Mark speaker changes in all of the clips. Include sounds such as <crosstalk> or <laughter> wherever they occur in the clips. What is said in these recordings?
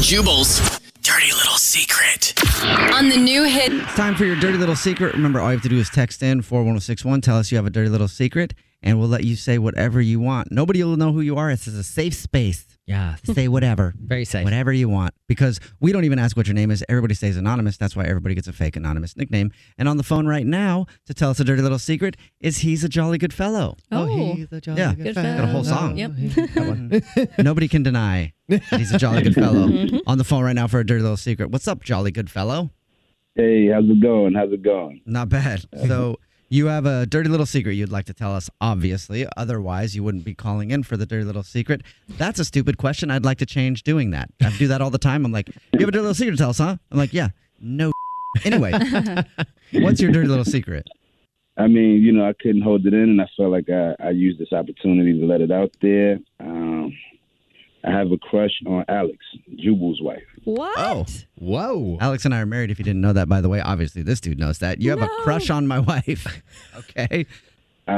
Speaker 1: Jubal's dirty little secret on the new hit.
Speaker 2: It's time for your dirty little secret. Remember, all you have to do is text in 41061. Tell us you have a dirty little secret, and we'll let you say whatever you want. Nobody will know who you are. This is a safe space.
Speaker 3: Yeah,
Speaker 2: to Say whatever.
Speaker 3: <laughs> very safe.
Speaker 2: Whatever you want. Because we don't even ask what your name is. Everybody stays anonymous. That's why everybody gets a fake anonymous nickname. And on the phone right now to tell us a dirty little secret is he's a jolly good fellow.
Speaker 4: Oh,
Speaker 3: he's a jolly
Speaker 2: Yeah.
Speaker 3: good
Speaker 4: Good
Speaker 3: fellow.
Speaker 2: Got a whole song.
Speaker 4: Yep.
Speaker 2: That
Speaker 3: <laughs>
Speaker 2: one. Nobody can deny that he's a jolly good fellow. on the phone right now for a dirty little secret. What's up, jolly good fellow?
Speaker 5: Hey, how's it going? How's it going?
Speaker 2: Not <laughs> bad. So you have a dirty little secret you'd like to tell us, obviously. Otherwise, you wouldn't be calling in for the dirty little secret. That's a stupid question. I'd like to change doing that. I do that all the time. I'm like, you have a dirty little secret to tell us, huh? I'm like, yeah, no. <laughs> anyway, what's your dirty little secret?
Speaker 5: I mean, you know, I couldn't hold it in, and I felt like I, I used this opportunity to let it out there. Um, I have a crush on Alex, Jubal's wife.
Speaker 4: What?
Speaker 2: Oh.
Speaker 3: Whoa.
Speaker 2: Alex and I are married, if you didn't know that, by the way. Obviously, this dude knows that. You have a crush on my <laughs> wife. okay.
Speaker 5: Uh,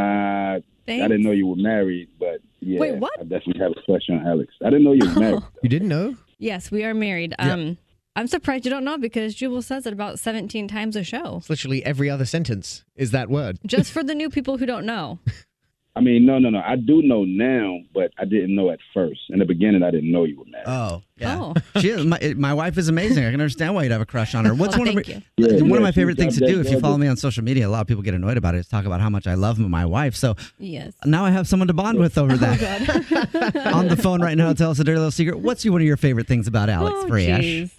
Speaker 5: I didn't know you were married, but yeah,
Speaker 4: Wait, what?
Speaker 5: I definitely have a crush on Alex. I didn't know you were
Speaker 4: <laughs>
Speaker 5: married.
Speaker 3: You didn't know?
Speaker 4: Yes, we are married. Um, I'm surprised you don't know because Jubal says it about 17 times a show.
Speaker 3: It's literally every other sentence is that word.
Speaker 4: Just for the new people who don't know.
Speaker 2: <laughs>
Speaker 5: I mean, no, no, no. I do know now, but I didn't know at first. In the beginning, I didn't know you were married.
Speaker 2: Oh, yeah.
Speaker 4: Oh.
Speaker 2: <laughs> She is, my, my wife is amazing. I can understand why you'd have a crush on her. What's
Speaker 4: Oh,
Speaker 2: one of
Speaker 4: thank
Speaker 2: her,
Speaker 5: you. Yeah,
Speaker 2: one of
Speaker 5: yeah,
Speaker 2: my
Speaker 5: she-
Speaker 2: favorite things to
Speaker 5: that-
Speaker 2: do? If you
Speaker 5: that-
Speaker 2: follow me on social media, a lot of people get annoyed about it. Is talk about how much I love my wife. So
Speaker 4: Yes.
Speaker 2: now I have someone to bond with over
Speaker 4: <laughs>
Speaker 2: that.
Speaker 4: God. Oh,
Speaker 2: on the phone right now, tell us a dirty little secret. What's one of your favorite things about Alex
Speaker 4: Oh,
Speaker 2: Friash?
Speaker 4: jeez.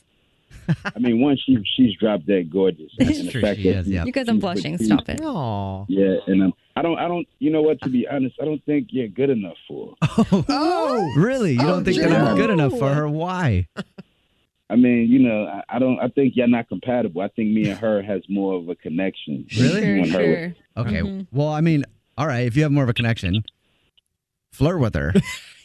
Speaker 5: I mean, once she she's drop dead
Speaker 4: <laughs>
Speaker 5: gorgeous.
Speaker 4: That's
Speaker 5: And the
Speaker 2: true,
Speaker 5: fact
Speaker 2: she
Speaker 5: that
Speaker 2: is, yeah.
Speaker 4: You guys, I'm blushing. Stop it.
Speaker 3: Aw.
Speaker 5: Yeah, and um, I don't, I don't. You know what? To be honest, I don't think you're good enough for. her.
Speaker 3: Oh.
Speaker 2: <laughs> Really? You don't think that I'm
Speaker 4: no.
Speaker 2: good enough for her? Why?
Speaker 5: I mean, you know, I, I don't. I think you're not compatible. I think me and her has more of a connection.
Speaker 2: Really?
Speaker 5: You
Speaker 4: Sure,
Speaker 5: and her.
Speaker 4: sure.
Speaker 2: Okay.
Speaker 4: Mm-hmm.
Speaker 2: Well, I mean, all right. If you have more of a connection, flirt with
Speaker 4: <laughs>
Speaker 2: her.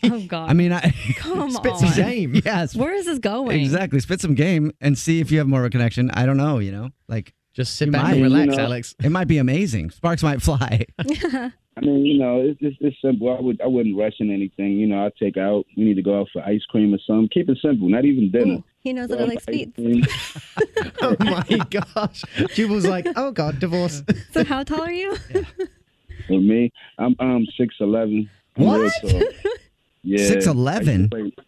Speaker 4: Oh, God.
Speaker 2: I mean, I. <laughs>
Speaker 4: come
Speaker 3: Spits
Speaker 4: on.
Speaker 3: his aim.
Speaker 2: yes.
Speaker 4: Where is this going?
Speaker 2: Exactly. Spit some game and see if you have more of a connection. I don't know. You know, like
Speaker 3: Just sit
Speaker 2: You
Speaker 3: back
Speaker 2: might,
Speaker 3: and relax,
Speaker 5: you know.
Speaker 3: Alex.
Speaker 2: it might be amazing. Sparks might fly.
Speaker 5: I mean, you know, it's just it's simple. I would I wouldn't rush in anything. You know, I take out. We need to go out for ice cream or something. Keep it simple. Not even dinner.
Speaker 4: Ooh, he knows
Speaker 5: Go
Speaker 4: that I
Speaker 5: out
Speaker 4: like
Speaker 5: for ice
Speaker 4: sweets.
Speaker 5: cream.
Speaker 3: <laughs> Oh
Speaker 2: <laughs>
Speaker 3: my gosh. Jubal's like, oh God, divorce.
Speaker 4: So, how tall are you?
Speaker 5: With me, I'm um six eleven.
Speaker 2: What? <laughs>
Speaker 5: Yeah,
Speaker 2: 6'11"?
Speaker 5: I used to play-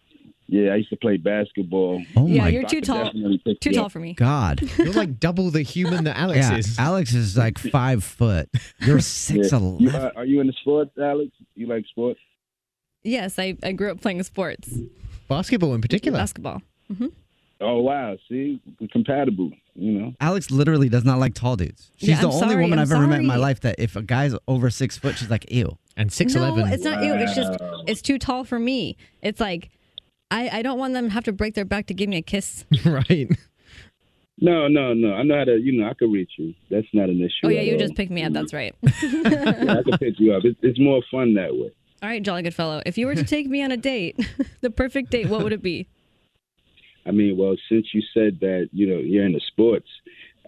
Speaker 5: Yeah, I used to play basketball.
Speaker 2: <laughs> Oh
Speaker 4: yeah,
Speaker 2: my
Speaker 4: you're
Speaker 5: I
Speaker 4: too
Speaker 5: could
Speaker 4: tall.
Speaker 5: definitely pick
Speaker 4: Too
Speaker 5: you
Speaker 4: tall
Speaker 5: up.
Speaker 4: for me.
Speaker 2: God.
Speaker 3: You're like double the human that <laughs> Alex
Speaker 2: yeah,
Speaker 3: is.
Speaker 2: Alex
Speaker 3: <laughs>
Speaker 2: is like five foot. You're
Speaker 5: Yeah.
Speaker 2: six
Speaker 5: You uh,
Speaker 2: eleven.
Speaker 5: are, are you into sports, Alex? You like sports?
Speaker 4: Yes, I, I grew up playing sports,
Speaker 3: Basketball in particular.
Speaker 4: basketball.
Speaker 5: Oh wow, see, we're compatible. You know.
Speaker 2: Alex literally does not like tall dudes. She's
Speaker 4: Yeah,
Speaker 2: the
Speaker 4: I'm
Speaker 2: only
Speaker 4: sorry,
Speaker 2: woman
Speaker 4: I'm
Speaker 2: have ever met in my
Speaker 4: sorry.
Speaker 2: life that if a guy's over six foot, she's like, ew.
Speaker 3: And six eleven.
Speaker 4: No, it's not ew. It's just it's too tall for me. It's like I, I don't want them to have to break their back to give me a kiss.
Speaker 3: <laughs> right.
Speaker 5: No, no, no. I know how to. You know, I could reach you. That's not an issue.
Speaker 4: Oh yeah,
Speaker 5: at
Speaker 4: you
Speaker 5: all.
Speaker 4: just picked me up. That's right. <laughs>
Speaker 5: Yeah, I could pick you up. It's, it's more fun that way.
Speaker 4: All right, Jolly Good Fellow. If you were to take me on a date, <laughs> the perfect date, what would it be?
Speaker 5: I mean, well, since you said that, you know, you're into sports,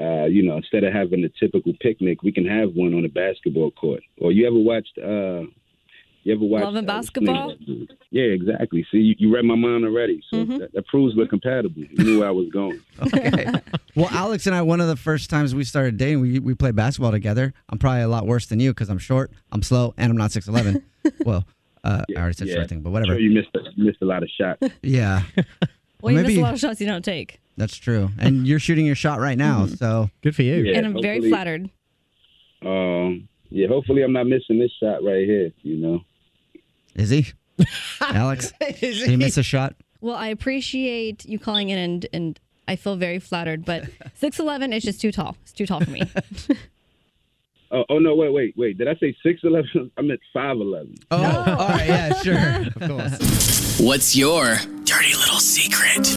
Speaker 5: uh, you know, instead of having a typical picnic, we can have one on a basketball court. Or you ever watched, uh, you ever watched
Speaker 4: Love and
Speaker 5: uh, what's the
Speaker 4: Basketball?
Speaker 5: name of that movie? Yeah, exactly. See, you, you read my mind already, so
Speaker 4: Mm-hmm.
Speaker 5: that, that proves we're compatible. You knew where I was
Speaker 2: <laughs>
Speaker 5: going.
Speaker 3: <laughs>
Speaker 2: Well, Alex and I, one of the first times we started dating, we, we played basketball together. I'm probably a lot worse than you because I'm short, I'm slow, and I'm
Speaker 3: <laughs>
Speaker 2: not 6'11. well, uh, I already said
Speaker 5: yeah.
Speaker 2: short thing, but whatever.
Speaker 5: Sure, you missed a, you missed a lot of shots.
Speaker 4: <laughs>
Speaker 2: Yeah,
Speaker 4: Well, you miss
Speaker 2: Maybe-
Speaker 4: a lot of shots you don't take,
Speaker 2: that's true.
Speaker 3: <laughs>
Speaker 2: And you're shooting your shot right now, so
Speaker 3: Mm-hmm. Good for you.
Speaker 5: Yeah,
Speaker 4: and I'm very
Speaker 5: hopefully-
Speaker 4: flattered.
Speaker 5: Um, yeah, hopefully I'm not missing this shot right here. You know,
Speaker 3: <laughs>
Speaker 2: is he? Alex, did he miss a shot?
Speaker 4: Well, I appreciate you calling in, and and I feel very flattered. But six eleven is just too tall. It's too tall for me.
Speaker 5: Oh, oh no, wait, wait, wait. Did I say six eleven? <laughs> I meant five eleven.
Speaker 2: Oh, all right, yeah,
Speaker 3: <laughs>
Speaker 2: sure, of course.
Speaker 1: What's your dirty little secret?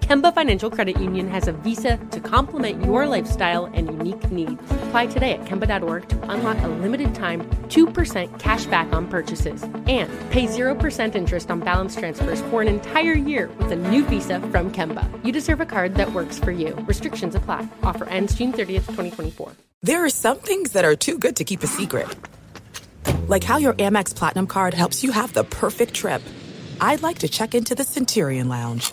Speaker 6: Kemba Financial Credit Union has a visa to complement your lifestyle and unique needs. Apply today at Kemba.org to unlock a limited time 2% cashback on purchases and pay 0% interest on balance transfers for an entire year with a new visa from Kemba. You deserve a card that works for you. Restrictions apply. Offer ends June 30th, 2024.
Speaker 7: There are some things that are too good to keep a secret. Like how your Amex Platinum card helps you have the perfect trip. I'd like to check into the Centurion Lounge.